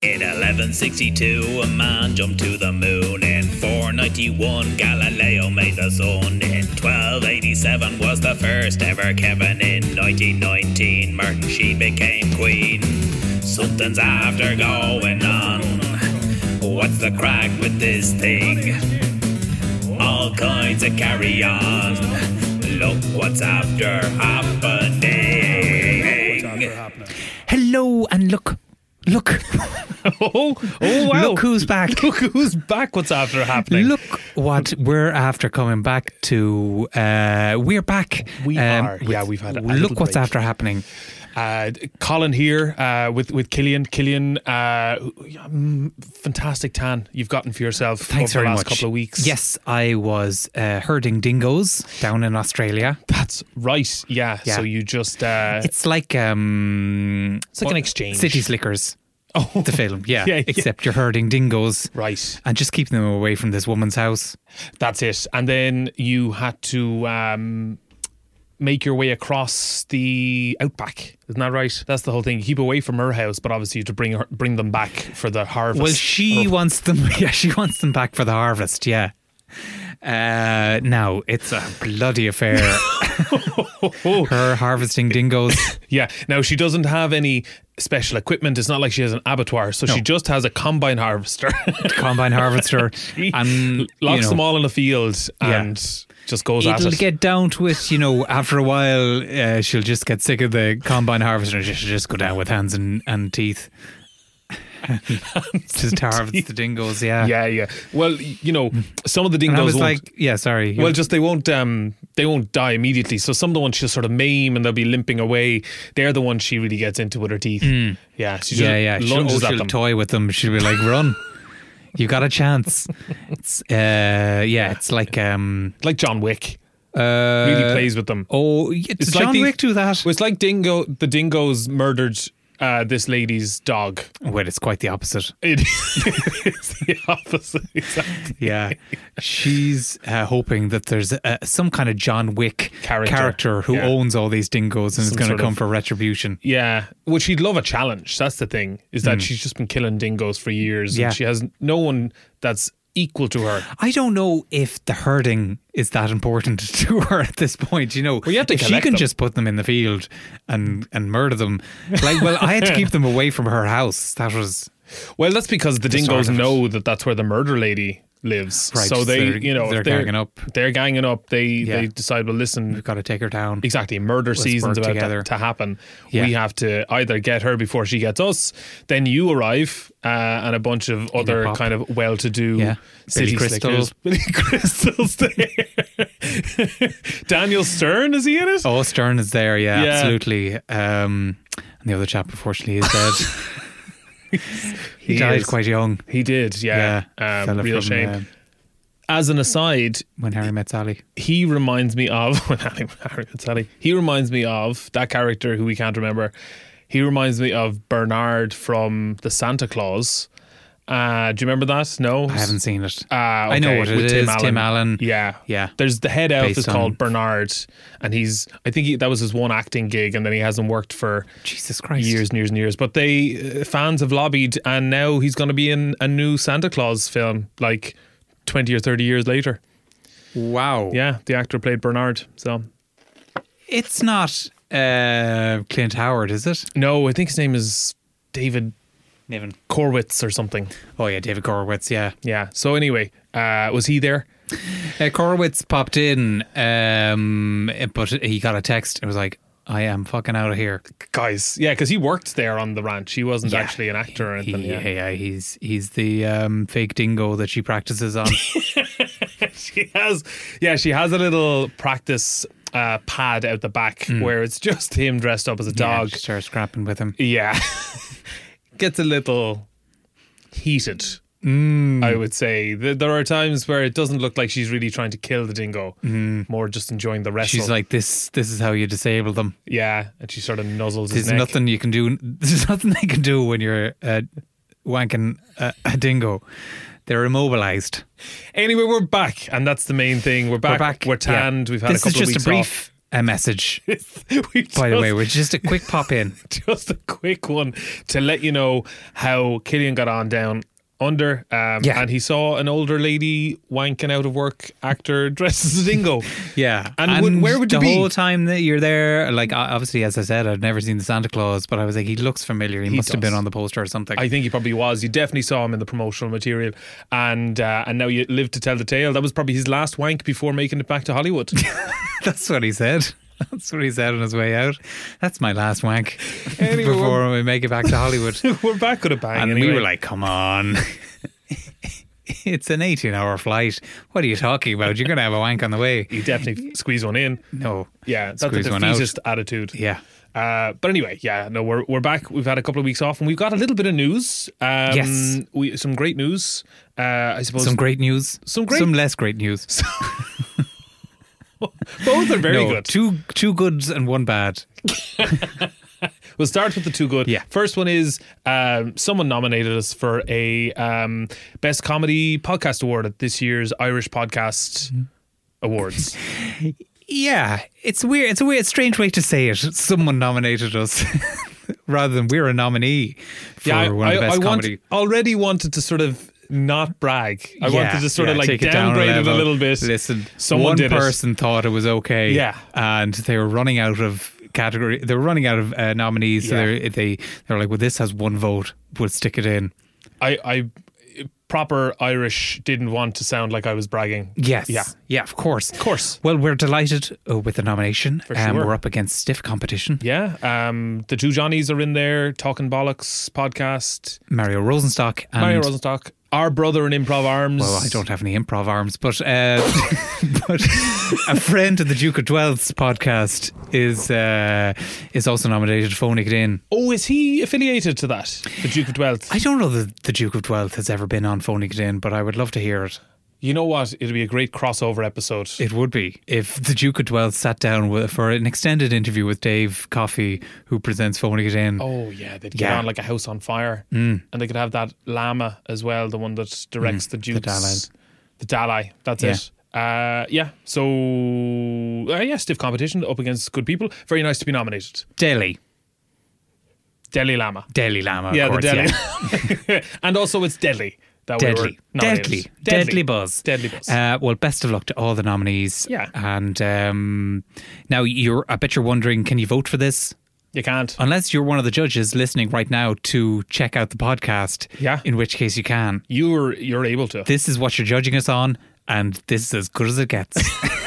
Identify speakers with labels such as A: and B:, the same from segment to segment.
A: In 1162, a man jumped to the moon. In 491, Galileo made the sun. In 1287 was the first ever Kevin. In 1919, Martin she became queen. Something's after going on. What's the crack with this thing? All kinds of carry on. Look what's after happening.
B: Hello and look, look,
C: Oh, oh wow.
B: look who's back.
C: Look who's back. What's after happening?
B: Look what we're after coming back to. Uh, we're back. Um,
C: We are. Yeah, we've had a little
B: look what's
C: break.
B: after happening.
C: Uh, Colin here uh, with, with Killian. Killian, uh, who- mm, fantastic tan you've gotten for yourself
B: Thanks
C: over
B: very
C: the last
B: much.
C: couple of weeks.
B: Yes, I was uh, herding dingoes down in Australia.
C: That's right. Yeah.
B: Yeah.
C: So you just. Uh,
B: It's like um,
C: It's like an exchange.
B: City Slickers.
C: oh,
B: The film, yeah.
C: Yeah, yeah.
B: Except you're herding dingoes
C: right.
B: and just keeping them away from this woman's house.
C: That's it. And then you had to um, make your way across the outback. Isn't that right? That's the whole thing. You keep away from her house, but obviously you have to bring her, bring them back for the harvest.
B: Well, she
C: Or-
B: wants them. Yeah, she wants them back for the harvest. Yeah. Uh, now it's a bloody affair. Her harvesting dingoes.
C: Yeah. Now she doesn't have any special equipment. It's not like she has an abattoir, so she just has a combine harvester.
B: combine harvester and
C: Locks
B: you know,
C: them all in a field
B: Yeah.
C: and just goes at
B: It'll
C: it.
B: get down to it, you know. After a while, uh, she'll just get sick of the combine harvester. She'll just go down with hands and, and teeth. just harvest the dingoes, yeah.
C: yeah, yeah. Well, y- you know, some of the dingoes
B: Mm. And I was
C: won't.
B: like, yeah, sorry.
C: well, just they won't um they won't die immediately. So some of the ones she'll sort of maim and they'll be limping away. They're the ones she really gets into with her teeth. Yeah, she just
B: Mm. yeah, yeah. She'll, oh,
C: lunges
B: she'll
C: at them.
B: toy with them. She'll be like, "Run, you got a chance." It's uh, yeah, it's like um,
C: like John Wick,
B: uh,
C: really plays with them.
B: Oh, yeah,
C: It's
B: it's John
C: like these-
B: Wick do that.
C: Well, it's like Dingo. The dingoes murdered uh, this lady's dog.
B: Well, it's quite the opposite.
C: It is the opposite. Exactly.
B: Yeah, she's uh, hoping that there's uh, some kind of John Wick
C: Character,
B: who
C: yeah.
B: owns all these dingoes and is
C: Some
B: going
C: sort
B: to come
C: of-
B: for retribution.
C: Yeah, well, she'd love a challenge. That's the thing is that she's just been killing dingoes for years,
B: Hmm. Yeah.
C: and she has no one that's equal to her.
B: I don't know if the herding is that important to her at this point. You know,
C: you have to
B: if she
C: collect
B: can
C: them.
B: just put them in the field and and murder them. Like, well, I had to keep them away from her house. That was
C: Well, that's because the
B: start
C: dingoes
B: of it.
C: know that that's where the murder lady lives.
B: Right,
C: So they,
B: they're-
C: you know, if
B: they're ganging up.
C: They're ganging up. They
B: Yeah.
C: they decide. Well, listen,
B: we've got to take her down.
C: exactly murder season's
B: work
C: about
B: together.
C: to, to happen
B: Yeah.
C: we have to either get her before she gets us then you arrive uh, and a bunch of other
B: pop.
C: kind of well-to-do
B: Yeah.
C: city
B: Billy Crystal.
C: slickers Billy Crystal's there Daniel Stern is he in it
B: Oh, Stern is there. Yeah,
C: Yeah.
B: absolutely. Um, and the other chap, unfortunately, is dead. he,
C: He
B: died
C: is.
B: quite young.
C: he did yeah, Um,
B: fella
C: real
B: from,
C: shame
B: um,
C: as an aside
B: when Harry met Sally.
C: he reminds me of when Harry, Harry met Sally. He reminds me of that character who we can't remember. He reminds me of Bernard from the Santa Claus. Uh, do you remember that? No,
B: I haven't seen it.
C: Ah,
B: I know
C: okay,
B: what it
C: with
B: is. Tim Allen.
C: Yeah,
B: Yeah.
C: There's the head elf
B: Based
C: is called
B: on-
C: Bernard, and he's I think he, that was his one acting gig, and then he hasn't worked for
B: Jesus Christ.
C: years and years and years. But they uh, fans have lobbied, and now he's going to be in a new Santa Claus film, like twenty or thirty years later.
B: Wow.
C: Yeah, the actor played Bernard. So
B: It's not uh, Clint Howard, is it?
C: no, I think his name is David
B: Niven.
C: Korwitz or something.
B: Oh, yeah, David Korowitz, yeah.
C: Yeah. So anyway, uh, was he there?
B: Uh, Korowitz popped in, um, but he got a text. It was like, I am fucking out of here.
C: Guys, yeah, because he worked there on the ranch. He wasn't
B: Yeah.
C: actually an actor or
B: He,
C: anything. yeah.
B: yeah. he's he's the um, fake dingo that she practices on.
C: she has yeah she has a little practice uh, pad out the back where it's just him dressed up as a
B: Hmm. Yeah,
C: dog
B: she starts scrapping with him.
C: yeah gets a little heated
B: Hmm.
C: i would say Th- there are times where it doesn't look like she's really trying to kill the dingo more just enjoying the wrestle
B: Hmm. She's like, this this is how you disable them.
C: yeah and she sort of nuzzles his
B: There's
C: neck
B: nothing you can do. There's nothing they can do when you're uh, wanking a, a dingo. They're immobilized.
C: anyway we're back and that's the main thing we're back
B: We're back.
C: tanned
B: Yeah.
C: we've had
B: this
C: a couple
B: is
C: of weeks
B: just a brief a message,
C: We
B: by the
C: just-
B: way, which is just a quick pop in.
C: just a quick one to let you know how Killian got on down under. Um,
B: Yeah.
C: And he saw an older lady wanking out of work actor dressed as a dingo.
B: Yeah,
C: And would- where would you
B: the
C: be?
B: whole time that you're there? Like, I- obviously, as I said, I've never seen the Santa Claus, but I was like, he looks familiar. He, must have
C: does.
B: been on the poster or something.
C: I think he probably was. You definitely saw him in the promotional material, and uh, and now you live to tell the tale. That was probably his last wank before making it back to Hollywood.
B: That's what he said. That's what he said on his way out. That's my last wank
C: Anyway,
B: before we make it back to Hollywood.
C: We're back with a bang.
B: And we
C: anyway.
B: were like, come on. it's an 18 hour flight. What are you talking about? You're going to have a wank on the way.
C: you definitely squeeze one in.
B: No.
C: Yeah, that's
B: Squeeze
C: a
B: one out.
C: defeatist attitude.
B: Yeah.
C: Uh, but anyway, yeah, no, we're we're back. We've had a couple of weeks off, and we've got a little bit of news. Um,
B: Yes.
C: we some great news. Uh, I suppose
B: Some great news.
C: Some great-
B: Some less great news.
C: both are very
B: no,
C: good.
B: Two two goods and one bad.
C: We'll start with the two good.
B: Yeah.
C: First one is um, someone nominated us for a um, best comedy podcast award at this year's Irish Podcast
B: Mm-hmm.
C: Awards.
B: Yeah, it's weird. It's a weird, strange way to say it. Someone nominated us rather than we're a nominee for
C: yeah, I,
B: one of the
C: I-
B: best
C: I want,
B: comedy.
C: already wanted to sort of not brag. I wanted to sort of like
B: take it down
C: downgrade it, a
B: level.
C: little bit.
B: Listen,
C: someone
B: one
C: did it.
B: person thought it was okay.
C: Yeah.
B: and they were running out of category. They were running out of uh, nominees. So
C: Yeah.
B: they they they were like, "Well, this has one vote. We'll stick it in."
C: I, I proper Irish didn't want to sound like I was bragging.
B: Yes.
C: Yeah.
B: Yeah. Of course. Of
C: course.
B: Well, we're delighted uh, with the nomination. Um,
C: sure.
B: We're up against stiff competition.
C: Yeah. Um, the two Johnnies are in there, Talking Bollocks podcast,
B: Mario Rosenstock and
C: Mario Rosenstock, our brother in Improv Arms.
B: Well, I don't have any improv arms, but uh, but a friend of the Duke of Dwells podcast is uh, is also nominated. Phoning it in.
C: Oh, is he affiliated to that? The Duke of Twelfth.
B: I don't know that the Duke of Dwelth has ever been on Phoning It In, but I would love to hear it.
C: You know what? It'll be a great crossover episode.
B: It would be if the Duke of Dwelth sat down with, for an extended interview with Dave Coffey, who presents Phoning It In.
C: oh yeah, they'd get
B: Yeah.
C: on like a house on fire, mm. and they could have that llama as well, the one that directs the Duke's
B: Mm. Dalai.
C: The Dalai. That's
B: Yeah.
C: it. Uh, yeah. So uh, yeah, stiff competition up against good people. Very nice to be nominated.
B: Delhi,
C: Delhi Lama.
B: Delhi Lama. of
C: yeah,
B: course,
C: the Delhi.
B: yeah.
C: and also it's deadly. That we were
B: Deadly.
C: nominated.
B: deadly, deadly, buzz,
C: Deadly buzz.
B: Uh, well, best of luck to all the nominees.
C: Yeah.
B: and um, now you're. I bet you're wondering, can you vote for this?
C: you can't.
B: Unless you're one of the judges listening right now to check out the podcast.
C: Yeah.
B: in which case you can.
C: You're you're able to.
B: this is what you're judging us on, and this is as good as it gets.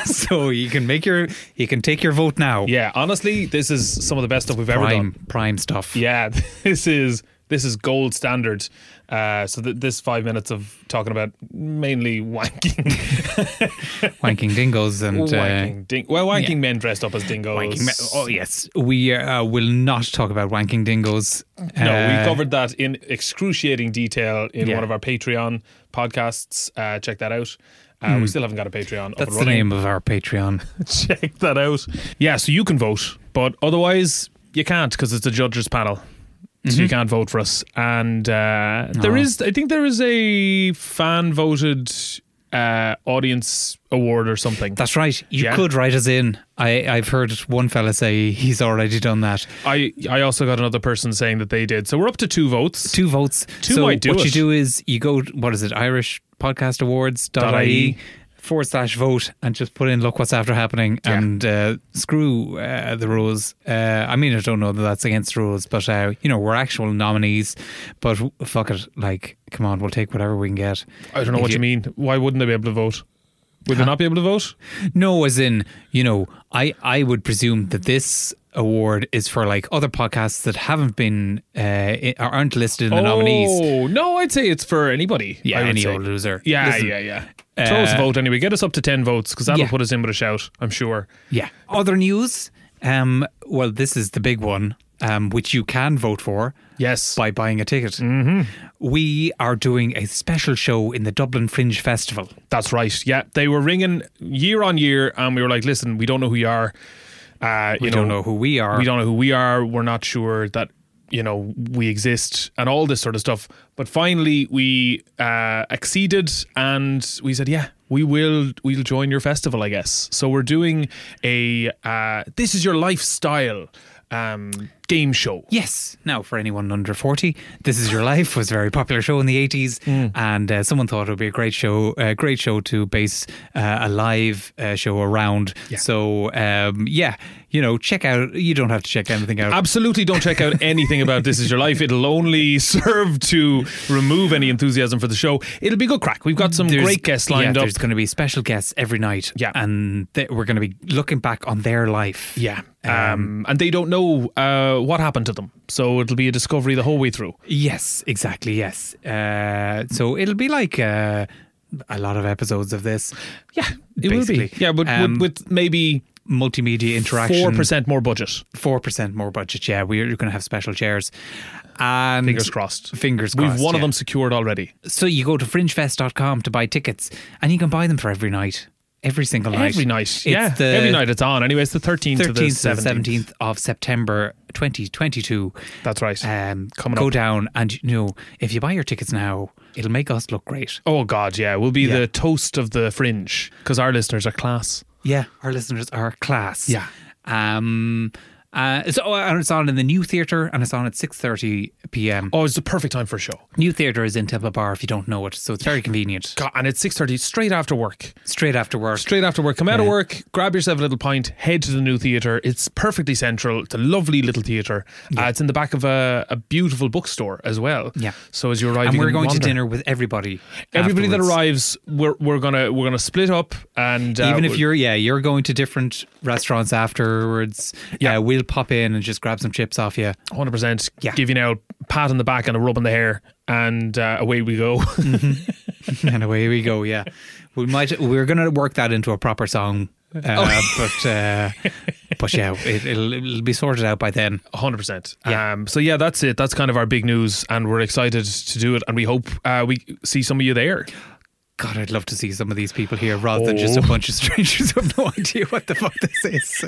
B: so you can make your you can take your vote now.
C: yeah. Honestly, this is some of the best stuff we've ever done.
B: Prime prime stuff.
C: Yeah, this is this is gold standard. Uh, so th- this five minutes of talking about mainly wanking,
B: Wanking dingoes and uh,
C: wanking ding- well, wanking
B: yeah.
C: men dressed up as dingoes.
B: wanking. ma- Oh yes, we uh, will not talk about wanking dingoes.
C: No,
B: Uh,
C: we covered that in excruciating detail in
B: Yeah.
C: one of our Patreon podcasts. Uh, check that out. Uh, We still haven't got a Patreon. up
B: Hmm. That's
C: and
B: the
C: running.
B: name of our Patreon.
C: check that out. Yeah, so you can vote, but otherwise you can't because it's the judges panel.
B: Mm-hmm.
C: So you can't vote for us. And uh, there
B: Aw.
C: is, I think there is a fan voted uh, audience award or something.
B: That's right. You
C: Yeah.
B: could write us in. I, I've heard one fella say he's already done that.
C: I, I also got another person saying that they did. So we're up to two votes.
B: two votes.
C: Two
B: so
C: might do
B: what you
C: it.
B: do is you go what is it, Irish podcast awards.ie E forward slash vote and just put in look what's after happening
C: Yeah.
B: and uh, screw uh, the rules. Uh, I mean, I don't know that that's against the rules, but uh, you know, we're actual nominees, but w- fuck it. Like, come on, we'll take whatever we can get.
C: I don't know
B: If
C: what you, mean. Why wouldn't they be able to vote? Would they not be able to vote?
B: No, as in, you know, I, I would presume that this award is for like other podcasts that haven't been, uh, i- aren't listed in the nominees.
C: Oh, no, I'd say it's for anybody.
B: Yeah,
C: I would
B: any
C: say.
B: old loser.
C: Yeah,
B: Listen, uh,
C: yeah, yeah. Throw us a vote anyway. Get us up to 10 votes because that'll
B: yeah.
C: put us in with a shout, I'm sure.
B: Yeah. Other news. Um, well, this is the big one, um, which you can vote for
C: Yes.
B: by buying a ticket. Mm-hmm. We are doing a special show in the Dublin Fringe Festival.
C: That's right. Yeah, they were ringing year on year, and we were like, "Listen, we don't know who you are. Uh, you
B: We don't know who we are.
C: We don't know who we are. We're not sure that you know we exist and all this sort of stuff. But finally, we uh, acceded and we said, yeah, we will we'll join your festival, I guess. So we're doing a uh, this is your lifestyle um, game show.
B: Yes. Now, for anyone under 40, This Is Your Life was a very popular show in the 80s,
C: Mm.
B: and uh, someone thought it would be a great show, a great show to base uh, a live uh, show around. So, um, yeah, you know, check out, you don't have to check anything out.
C: Absolutely don't check out anything about This Is Your Life. It'll only serve to remove any enthusiasm for the show. It'll be good crack. We've got some
B: There's-
C: great guests lined
B: yeah,
C: up.
B: There's going to be special guests every night.
C: Yeah.
B: And th- we're going to be looking back on their life.
C: Yeah. Um, and they don't know uh, what happened to them. So it'll be a discovery the whole way through.
B: Yes, exactly. Yes. Uh, so it'll be like uh, a lot of episodes of this. Yeah,
C: It will be. Yeah, but
B: Um,
C: with, with maybe
B: multimedia interaction.
C: 4% more budget.
B: four percent more budget. Yeah, we're going to have special chairs. And
C: Fingers crossed.
B: Fingers
C: We've
B: crossed.
C: one of
B: yeah.
C: them secured already.
B: So you go to fringefest.com to buy tickets, and you can buy them for every night, every single night,
C: Every night.
B: It's
C: yeah.
B: the
C: Every night it's on. Anyway, it's the 13th, to the 17th.
B: 13th to the 17th of September 2022.
C: That's right.
B: Um,
C: Coming
B: go
C: up.
B: down and you know if you buy your tickets now, it'll make us look great.
C: Oh God, yeah, we'll be
B: Yeah.
C: the toast of the fringe because our listeners are class.
B: Yeah, our listeners are class.
C: Yeah.
B: Um. Uh, so and it's on in the new theatre, and it's on at six thirty p.m.
C: Oh, it's the perfect time for a show.
B: New theatre is in Temple Bar if you don't know it, so it's very convenient.
C: God, and it's six thirty, straight after work.
B: Straight after work.
C: Straight after work, come out of
B: Yeah.
C: work, grab yourself a little pint, head to the new theatre. It's perfectly central. It's a lovely little theatre. Uh, it's in the back of a, a beautiful bookstore as well.
B: Yeah.
C: So as you arrive,
B: and
C: you
B: we're
C: can
B: going
C: wander.
B: to dinner with everybody.
C: Everybody
B: afterwards.
C: that arrives, we're, we're gonna we're gonna split up, and uh,
B: Even if
C: we'll-
B: you're, yeah, you're going to different restaurants afterwards. Yeah, we'll pop in and just grab some chips off you.
C: hundred percent,
B: Yeah.
C: give you now pat on the back and a rub on the hair, and uh, away we go.
B: and away we go. Yeah, we might. We're going to work that into a proper song, uh,
C: Oh.
B: but uh, but yeah, it, it'll, it'll be sorted out by then.
C: hundred percent.
B: Yeah.
C: Um, so yeah, that's it. That's kind of our big news, and we're excited to do it, and we hope uh, we see some of you there.
B: God, I'd love to see some of these people here rather than just
C: Oh.
B: a bunch of strangers who have no idea what the fuck this is.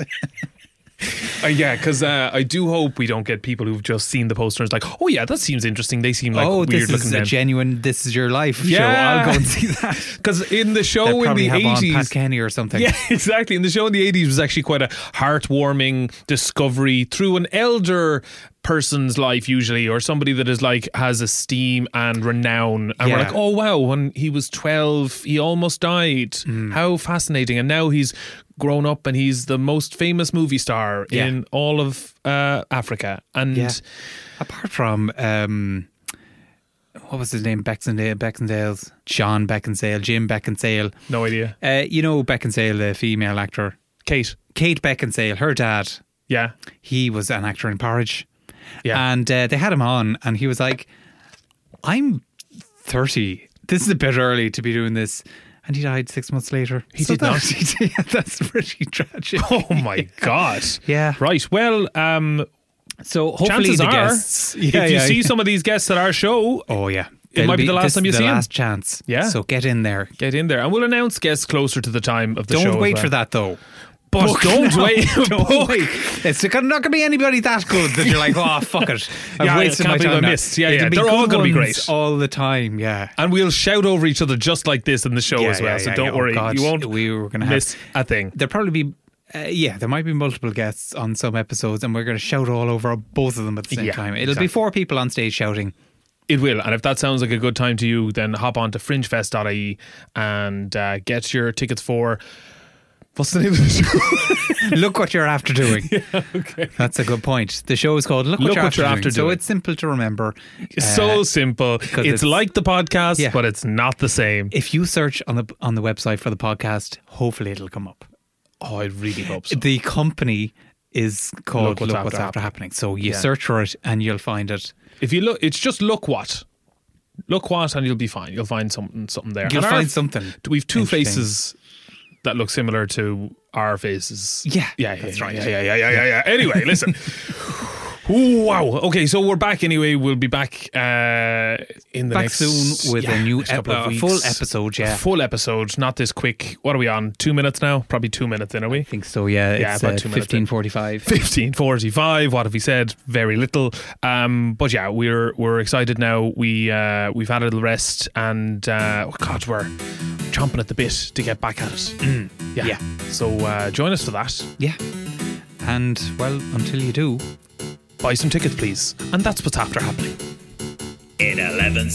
C: Uh, yeah, because uh, I do hope we don't get people who've just seen the poster and it's like, oh yeah, that seems interesting. They seem like
B: oh,
C: weird
B: this
C: looking
B: is a
C: men.
B: genuine. This is your life show. I'll
C: Yeah.
B: go and see that.
C: Because in the show
B: They'd
C: in
B: probably
C: the
B: have on Pat
C: eighties.
B: Kenny or something.
C: Yeah, exactly. And the show in the 80s was actually quite a heartwarming discovery through an elder person's life, usually, or somebody that is like has esteem and renown. And we're
B: Yeah.
C: like, oh, wow, when he was 12, he almost died.
B: Mm.
C: How fascinating. And now he's grown up and he's the most famous movie star
B: Yeah.
C: in all of uh, Africa. And
B: Yeah. Apart from um, what was his name? Bexendale, Bexendale's John Beckinsale, Jim Beckinsale.
C: no idea.
B: Uh, you know Beckinsale, the female actor,
C: Kate.
B: Kate Beckinsale. Her dad,
C: Yeah.
B: he was an actor in Porridge,
C: Yeah.
B: and uh, they had him on, and he was like, "I'm thirty. This is a bit early to be doing this." And he died six months later. He
C: did not.
B: that's pretty tragic.
C: oh my God.
B: Yeah.
C: Right. Well, um,
B: So hopefully
C: chances
B: the
C: are,
B: guests.
C: if you see some of these guests at our show,
B: Oh yeah,
C: It might be the last
B: this
C: time
B: is
C: you
B: the
C: see 'em.
B: last chance.
C: Yeah.
B: So get in there.
C: get in there, and we'll announce guests closer to the time of the show.
B: Don't
C: as
B: wait
C: well.
B: for that though.
C: But
B: Book
C: don't
B: now.
C: wait.
B: Don't
C: Book.
B: wait. It's not going to be anybody that good that you're like, oh fuck it. I've
C: Yeah, it
B: wasted
C: can't be
B: my time.
C: my
B: now."
C: miss. Yeah,
B: It'll
C: yeah,
B: be
C: they're
B: good
C: all gonna be
B: ones
C: great.
B: all the time. Yeah.
C: And we'll shout over each other just like this in the show
B: Yeah,
C: as well.
B: yeah,
C: so
B: yeah,
C: don't
B: yeah. Oh,
C: worry,
B: God,
C: you won't
B: We were going to have.
C: miss a thing.
B: There'll probably be. Uh, yeah, there might be multiple guests on some episodes, and we're going to shout all over both of them at the same
C: Yeah,
B: time. It'll
C: exactly.
B: be four people on stage shouting.
C: It will. And if that sounds like a good time to you, then hop on to fringefest.ie E and uh, get your tickets for. What's the name of the show?
B: Look what you're after doing. That's a good point. The show is called Look What,
C: Look
B: you're,
C: What
B: after,
C: You're
B: doing.
C: After
B: So
C: Doing.
B: it's simple to remember.
C: It's
B: Uh,
C: so simple. It's,
B: it's-
C: like the podcast,
B: Yeah.
C: but it's not the same.
B: if you search on the on the website for the podcast, hopefully it'll come up.
C: Oh, I really hope so.
B: The company is called
C: Look
B: Look
C: What's
B: What's,
C: After
B: after,
C: Happening.
B: Happening. So you
C: Yeah.
B: search for it and you'll find it.
C: If you look, it's just look what, look what, and you'll be fine. You'll find something, something there.
B: You'll
C: And our-
B: find something.
C: We've two
B: interesting.
C: faces that look similar to our faces.
B: Yeah,
C: yeah,
B: that's
C: yeah,
B: right.
C: Yeah, yeah, yeah, yeah, yeah. yeah. Anyway, listen. Ooh, wow. Okay, so we're back anyway. We'll be back uh, in the
B: Back
C: next
B: soon with a new
C: next couple
B: epi-
C: of
B: a full
C: weeks.
B: episode, yeah.
C: A full episode, not this quick. What are we on? Two minutes now? Probably two minutes in, are we?
B: I think so, yeah.
C: Yeah,
B: it's
C: about
B: uh,
C: two minutes in.
B: 1545.
C: 1545 what have we said very little um but yeah we're we're excited now we uh we've had a little rest and uh oh god we're chomping at the bit to get back at it yeah.
B: yeah.
C: so uh join us for that
B: Yeah. And, well, until you do,
C: buy some tickets please and that's what's after happening
A: In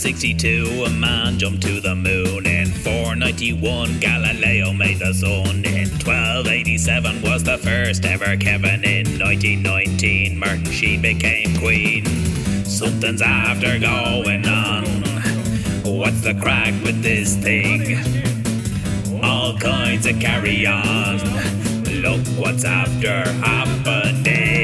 A: 1162, a man jumped to the moon. In 491, Galileo made the sun. In 1287 was the first ever Kevin. In 1919, Martin she became queen. Something's after going on. What's the crack with this thing? All kinds of carry on. Look what's after happening.